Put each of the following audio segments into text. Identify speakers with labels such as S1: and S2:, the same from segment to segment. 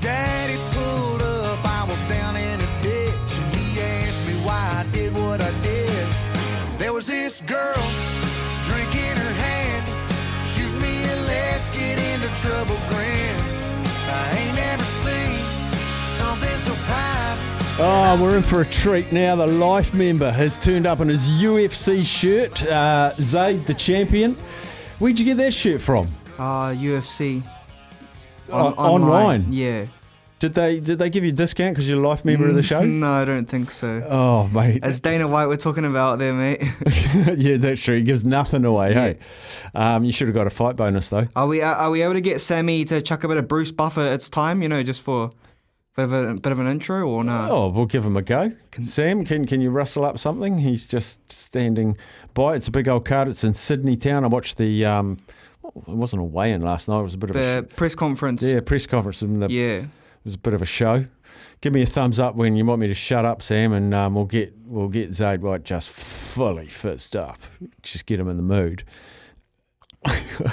S1: Daddy pulled up, I was down in a ditch, and he asked me why I did what I did. There was this girl, drink in her hand, shoot me and let's get into trouble, grand. I ain't never seen something so fine.
S2: Oh, we're in for a treat now. The life member has turned up in his UFC shirt. Uh, Zayd, the champion. Where'd you get that shirt from?
S3: Uh, UFC.
S2: On- Oh, online.
S3: Yeah.
S2: Did they did they give you a discount because you're a life member of the show?
S3: No, I don't think so.
S2: Oh, mate.
S3: Mm-hmm. As Dana White, we're talking about there, mate.
S2: yeah, that's true. He gives nothing away, hey? Um, you should have got a fight bonus, though.
S3: are we are we able to get Sammy to chuck a bit of Bruce Buffer? It's time, you know, just for a bit of, a, bit of an intro or no?
S2: Oh, we'll give him a go. Sam, can can you rustle up something? He's just standing by. It's a big old card. It's in Sydney town. I watched the. Um, it wasn't a weigh-in last night. It was a bit of a
S3: The press conference.
S2: yeah press conference. And the,
S3: Yeah.
S2: It was a bit of a show. Give me a thumbs up when you want me to shut up, Sam, and um, we'll get we'll get Zayd White just fully fizzed up. Just get him in the mood.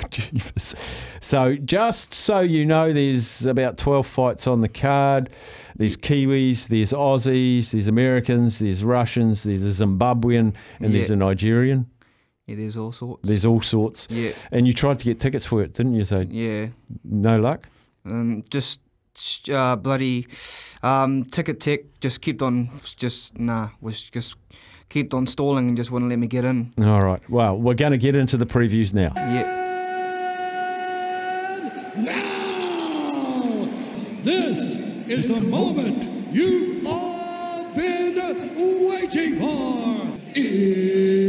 S2: Jeepers. So, just so you know, there's about 12 fights on the card. There's Kiwis, there's Aussies, there's Americans, there's Russians, there's a Zimbabwean, and there's
S3: Yeah.
S2: a Nigerian.
S3: Yeah, there's all sorts.
S2: There's all sorts.
S3: Yeah.
S2: And you tried to get tickets for it, didn't you? So,
S3: yeah.
S2: no luck.
S3: Um, just uh, bloody um, ticket tech just kept on, just, nah, was just kept on stalling and just wouldn't let me get in.
S2: All right. Well, we're going to get into the previews now.
S3: Yeah.
S4: Now, this is the moment you've all been waiting for.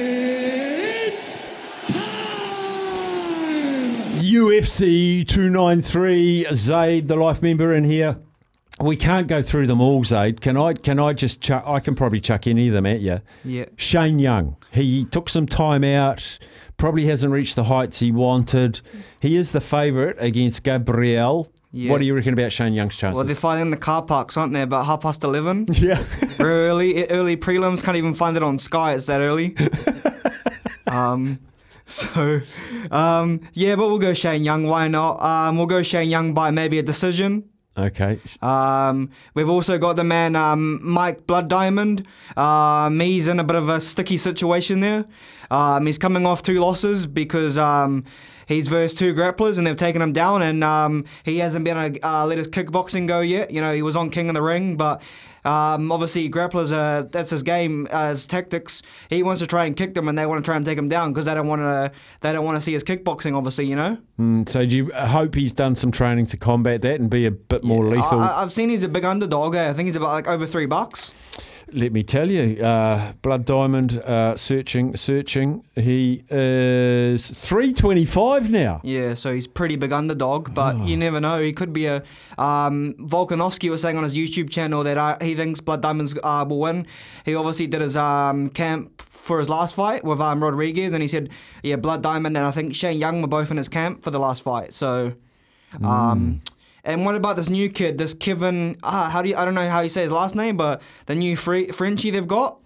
S4: It's time!
S2: UFC 293, Zaid, the life member in here. We can't go through them all, Zaid. Can I? Can I just? Chuck, I can probably chuck any of them at you.
S3: Yeah.
S2: Shane Young. He took some time out. Probably hasn't reached the heights he wanted. He is the favourite against Gabriel.
S3: Yeah.
S2: What do you reckon about Shane Young's chances?
S3: Well, they're fighting in the car parks, aren't they? About half past 11?
S2: yeah.
S3: early E-, early prelims. Can't even find it on Sky. It's that early. um, so um, yeah, but we'll go Shane Young. Why not? Um, we'll go Shane Young by maybe a decision.
S2: okay.
S3: Um, we've also got the man um, Mike Blood Diamond. Um, he's in a bit of a sticky situation there. Um, he's coming off two losses because um, he's versed two grapplers and they've taken him down, and um, he hasn't been able to uh, let his kickboxing go yet. You know, he was on King of the Ring, but. Um, obviously, grapplers are that's his game, uh, his tactics. He wants to try and kick them, and they want to try and take him down because they don't want to. They don't want to see his kickboxing. Obviously, you know.
S2: Mm, So do you hope he's done some training to combat that and be a bit more lethal?
S3: I, I- I've seen he's a big underdog. eh? I think he's about like over three bucks.
S2: Let me tell you, uh, Blood Diamond uh, searching, searching. He is three twenty-five now.
S3: Yeah, so he's pretty big underdog, but you never know. He could be a. Um, Volkanovski was saying on his YouTube channel that uh, he thinks Blood Diamonds uh, will win. He obviously did his um, camp for his last fight with um, Rodriguez, and he said, yeah, Blood Diamond and I think Shane Young were both in his camp for the last fight. So, um, and what about this new kid, this Kevin? Uh, how do you, I don't know how you say his last name, but the new free, Frenchie they've got.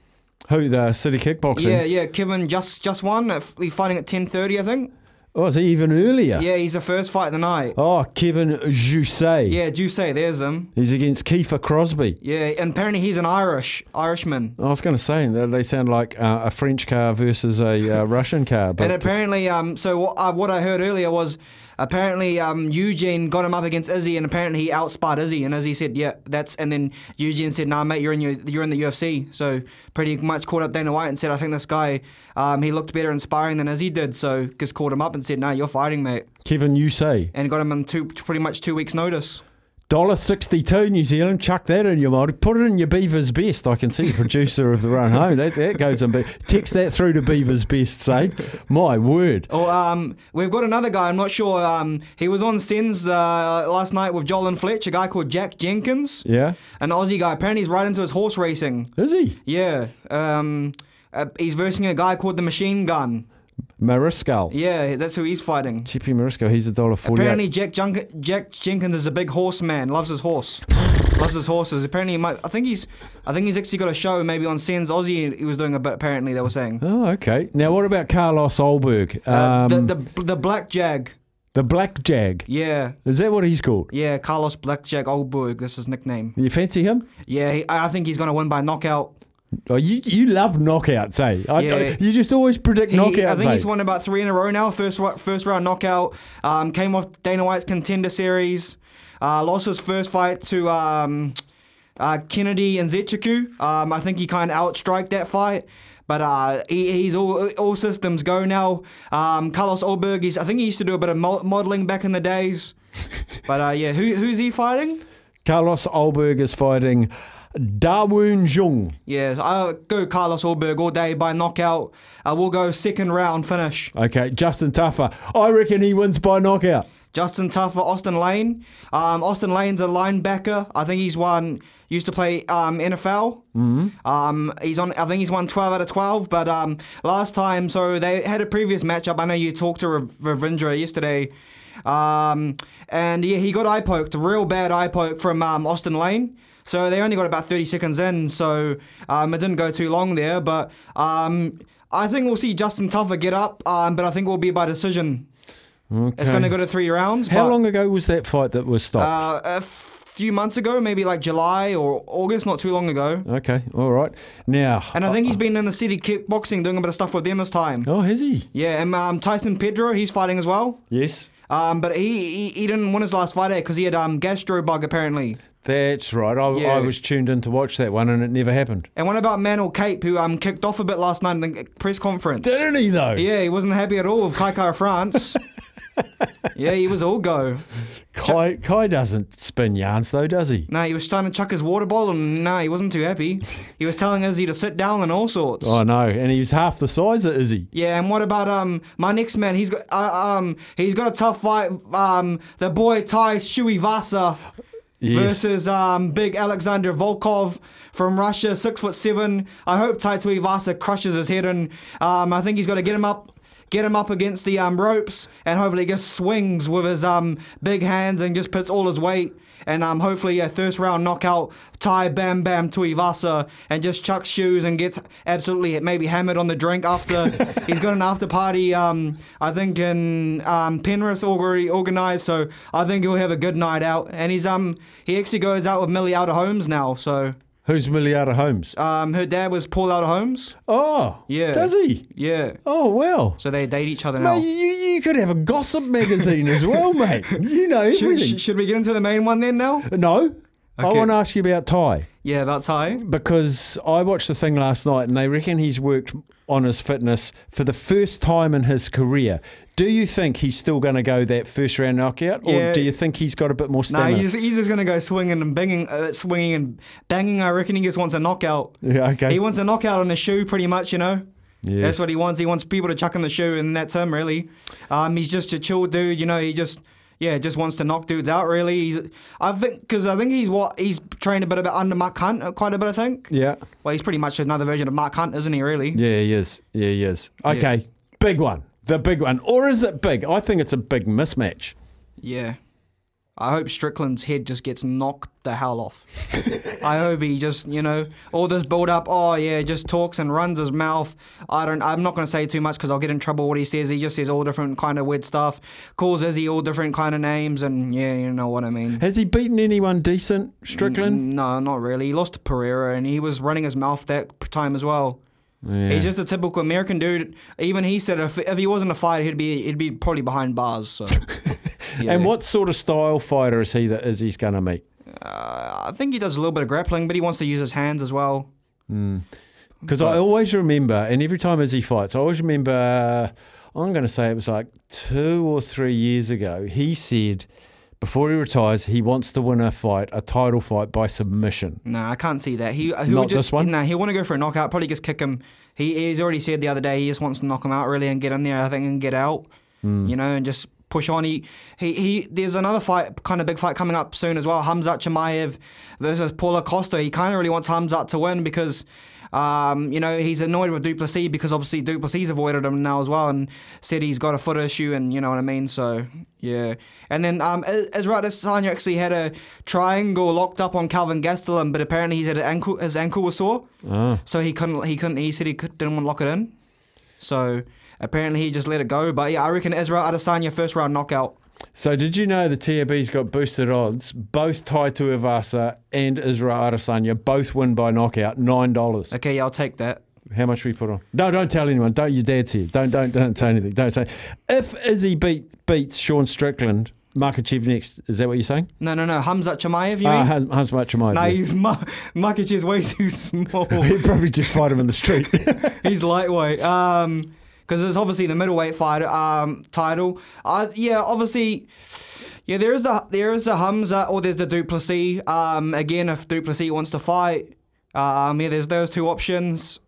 S2: Who the city kickboxing?
S3: Yeah, yeah, Kevin just just won. Uh, f- He's fighting at ten thirty, I think.
S2: Oh, is he even earlier?
S3: Yeah, he's the first fight of the night.
S2: Oh, Kevin Jusset.
S3: Yeah, do say there's him.
S2: He's against Kiefer Crosby.
S3: Yeah, and apparently he's an Irish Irishman.
S2: I was going to say that they sound like uh, a French car versus a uh, Russian car, but
S3: And apparently, um, so what I, what I heard earlier was apparently um, Eugene got him up against Izzy, and apparently he outspied Izzy, and Izzy said, "Yeah, that's." And then Eugene said, "Nah, mate, you're in your, you're in the UFC." So pretty much called up Dana White and said, "I think this guy, um, he looked better inspiring than Izzy did." So just called him up and said, "Nah, you're fighting, mate,"
S2: Kevin Jusset.
S3: and got him in two pretty much two weeks' notice.
S2: Dollar sixty-two New Zealand. Chuck that in your multi. Put it in your Beaver's Best. I can see the producer of the Run Home. That, that goes in. Be- text that through to Beaver's Best. Say, my word.
S3: Oh, um, we've got another guy. I'm not sure. Um, he was on Sins uh, last night with Joel and Fletch, a guy called Jack Jenkins.
S2: Yeah.
S3: An Aussie guy. Apparently, he's right into his horse racing.
S2: Is he
S3: Yeah. Um, uh, he's versing a guy called the Machine Gun.
S2: Mariscal?
S3: Yeah, that's who he's fighting.
S2: Chippy Mariscal. He's a dollar forty-eight.
S3: Apparently, Jack, Junk- Jack Jenkins is a big horse man. Loves his horse. Loves his horses. Apparently, he might. I think he's. I think he's actually got a show maybe on Sins Aussie. He was doing a bit. Apparently, they were saying.
S2: Oh, okay. Now, what about Carlos Olberg?
S3: Uh,
S2: Um,
S3: the, the the Black Jag.
S2: the Black Jag.
S3: Yeah.
S2: Is that what he's called?
S3: Yeah, Carlos Blackjack Oldberg, that's his nickname.
S2: You fancy him?
S3: Yeah, he, I I think he's going to win by knockout.
S2: Oh, you you love knockouts, eh? I,
S3: Yeah.
S2: I- you just always predict
S3: He-
S2: knockouts.
S3: I think
S2: eh?
S3: he's won about three in a row now. First ro- first round knockout. Um, came off Dana White's contender series. Uh, lost his first fight to um, uh, Kennedy and Zechiku. Um, I think he kind of outstriked that fight. But uh, he, he's all, all systems go now. Um, Carlos Olberg, he's, I think he used to do a bit of mo- modeling back in the days. but uh, yeah, who, who's he fighting?
S2: Carlos Olberg is fighting Darwoon Jung.
S3: Yes, I'll go Carlos Orberg all day by knockout. Uh, we'll go second round finish.
S2: Okay, Justin Tuffer. I reckon he wins by knockout.
S3: Justin Tuffer, Austin Lane. Um, Austin Lane's a linebacker. I think he's won, used to play um, NFL. Mm-hmm. Um, he's on. I think he's won 12 out of 12. But um, last time, so they had a previous matchup. I know you talked to Rav- Ravindra yesterday. Um, and yeah, he got eye poked, real bad eye poke from um, Austin Lane. So they only got about 30 seconds in, so um, it didn't go too long there. But um, I think we'll see Justin Tuffer get up, um, but I think it will be by decision. It's going to go to three rounds.
S2: How
S3: but,
S2: long ago was that fight that was stopped?
S3: Uh, a few months ago, maybe like July or August, not too long ago.
S2: okay, all right. Now,
S3: And I think he's been in the city kickboxing, doing a bit of stuff with them this time.
S2: oh, has he?
S3: Yeah, and um, Tyson Pedro, he's fighting as well.
S2: Yes,
S3: Um, but he, he he didn't win his last fight because he had um gastro bug apparently.
S2: that's right. I,
S3: Yeah.
S2: I was tuned in to watch that one, and it never happened.
S3: And what about Manel Cape, who um kicked off a bit last night in the press conference?
S2: Didn't he though?
S3: Yeah, he wasn't happy at all with Kai Kai France. yeah, he was all go.
S2: Kai, Kai doesn't spin yarns though, does he?
S3: No, he was trying to chuck his water bottle, and no, he wasn't too happy. He was telling Izzy to sit down and all sorts.
S2: I know, and he's half the size of Izzy.
S3: Yeah, and what about um my next man? He's got uh, um he's got a tough fight. Um, the boy Ty Shuivasa
S2: Yes.
S3: versus um big Alexander Volkov from Russia, six foot seven. I hope Tai Tuivasa crushes his head, and um I think he's got to get him up. Get him up against the um, ropes, and hopefully he just swings with his um, big hands and just puts all his weight, and um, hopefully a first round knockout. Ty Bam Bam Tuivasa, and just chucks shoes and gets absolutely maybe hammered on the drink after he's got an after party. Um, I think in um, Penrith already organised, so I think he'll have a good night out. And he's um he actually goes out with Millie Outer Holmes now, so
S2: Who's Miliata Holmes?
S3: um her dad was Paul Outer Holmes.
S2: oh,
S3: yeah.
S2: Does he?
S3: Yeah,
S2: Oh well.
S3: so they date each other
S2: Mate,
S3: now.
S2: you, you could have a gossip magazine as well, mate. You know everything.
S3: Should, sh- should we get into the main one then now?
S2: no, I
S3: Okay.
S2: want to ask you about Ty
S3: Yeah, about Ty.
S2: because I watched the thing last night and they reckon he's worked on his fitness for the first time in his career. Do you think he's still going to go that first round knockout, or
S3: Yeah.
S2: do you think he's got a bit more
S3: No,
S2: stamina?
S3: he's, he's just gonna go swinging and banging, uh, swinging and banging. I reckon he just wants a knockout.
S2: Yeah, okay.
S3: He wants a knockout on his shoe, pretty much, you know.
S2: Yes.
S3: That's what he wants. He wants people to chuck in the shoe, and that's him, really. Um, he's just a chill dude, you know. He just, yeah, just wants to knock dudes out, really. He's, I think, because I think he's what he's trained a bit about under Mark Hunt, uh, quite a bit, I think.
S2: yeah,
S3: Well, he's pretty much another version of Mark Hunt, isn't he? Really.
S2: yeah, he is. Yeah, he is. Okay, big one. The big one, or is it big? I think it's a big mismatch.
S3: Yeah. I hope Strickland's head just gets knocked the hell off. I hope he just, you know, all this build up. Oh yeah, just talks and runs his mouth. I don't. I'm not going to say too much because I'll get in trouble. What he says, he just says all different kind of weird stuff. Calls Izzy all different kind of names, and yeah, you know what I mean.
S2: Has he beaten anyone decent, Strickland?
S3: No, not really. He lost to Pereira, and he was running his mouth that time as well.
S2: Yeah.
S3: Mm, He's just a typical American dude. Even he said if, if he wasn't a fighter, he'd be he'd be probably behind bars. So. Yeah.
S2: And what sort of style fighter is he that Izzy's going to meet?
S3: Uh, I think he does a little bit of grappling, but he wants to use his hands as well.
S2: Because I always remember, and every time Izzy fights, I always remember, I'm going to say it was like two or three years ago, he said before he retires, he wants to win a fight, a title fight by submission.
S3: No, I can't see that. He uh, who
S2: Not
S3: just,
S2: this one?
S3: No, he'll want to go for a knockout. Probably just kick him. He he's already said the other day he just wants to knock him out really and get in there. I think and get out. You know and just push on. He he he. There's another fight, kind of big fight coming up soon as well. Hamzat Chimaev versus Paul Acosta. He kind of really wants Hamzat to win because. Um, you know he's annoyed with Duplessis because obviously Duplessis avoided him now as well and said he's got a foot issue and you know what I mean. So yeah, and then um, I- Israel Adesanya actually had a triangle locked up on Calvin Gastelum, but apparently he said his ankle his ankle was sore, so he couldn't he couldn't he said he could, didn't want to lock it in, so apparently he just let it go. But yeah, I reckon Israel Adesanya first round knockout.
S2: So, did you know the TAB's got boosted odds? Both Taito Ivasa and Israel Adesanya both win by knockout, nine dollars.
S3: Okay, yeah, I'll take that.
S2: How much we put on? No, don't tell anyone. Don't you dare to. Don't don't don't say anything. Don't say. If Izzy beat beats Sean Strickland, Makachev next. Is that what you're saying?
S3: No, no, no, Hamzat Chimaev, you
S2: Ah,
S3: mean?
S2: how's, how's much am I?
S3: no,
S2: Yeah.
S3: he's mu- Makic is way too small.
S2: He'd probably just fight him in the street.
S3: He's lightweight. Um, because it's obviously the middleweight fight um title. Uh, yeah, obviously. Yeah, there is the there is the Hamza or there's the Duplessis. Um, again, if Duplessis wants to fight, um, yeah, there's those two options.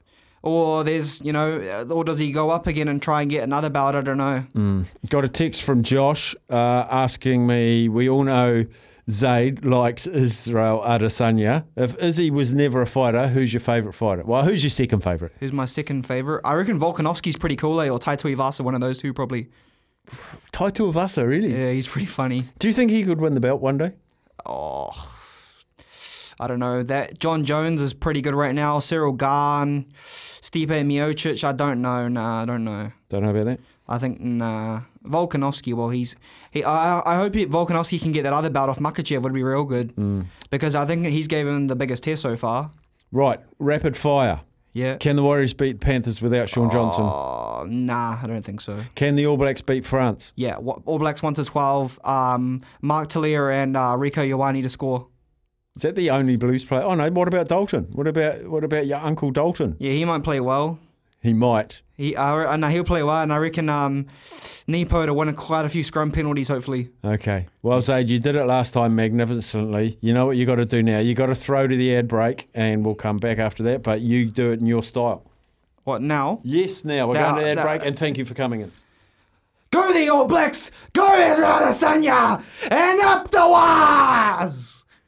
S3: Or there's you know, uh, or does he go up again and try and get another bout? I don't know.
S2: Got a text from Josh uh, asking me, we all know Zayd likes Israel Adesanya. If Izzy was never a fighter, who's your favourite fighter? Well, who's your second favourite?
S3: Who's my second favorite? I reckon Volkanovski's pretty cool, eh? Or Taito Ivasa, one of those two probably.
S2: Taito Avasa, really?
S3: Yeah, he's pretty funny.
S2: Do you think he could win the belt one day?
S3: I don't know that John Jones is pretty good right now. Cyril Garn, Stipe Miocic. I don't know. Nah, I don't know.
S2: Don't know about that.
S3: I think nah. Volkanovski. Well, he's he. I, I hope he, Volkanovski can get that other bout off Makachev. Would be real good because I think he's given him the biggest test so far.
S2: Right, rapid fire.
S3: Yeah.
S2: Can the Warriors beat the Panthers without Sean Johnson?
S3: Oh, nah, I don't think so.
S2: Can the All Blacks beat France?
S3: Yeah. What, All Blacks one to twelve. Um, Mark Talia and uh, Rico Ioane to score.
S2: Is that the only Blues player? Oh no, what about Dalton? What about what about your uncle Dalton?
S3: Yeah, he might play well.
S2: He might.
S3: He, I, I know he'll play well, and I reckon um, Nepo to win quite a few scrum penalties. Hopefully.
S2: Okay. Well, Zaid, you did it last time magnificently. You know what you got to do now. You got to throw to the ad break, and we'll come back after that. But you do it in your style.
S3: What now?
S2: Yes. Now we're
S3: Now-
S2: going to ad
S3: now-
S2: break, and thank you for coming in.
S3: Go the All Blacks! Go Israel Adesanya! And up the wires!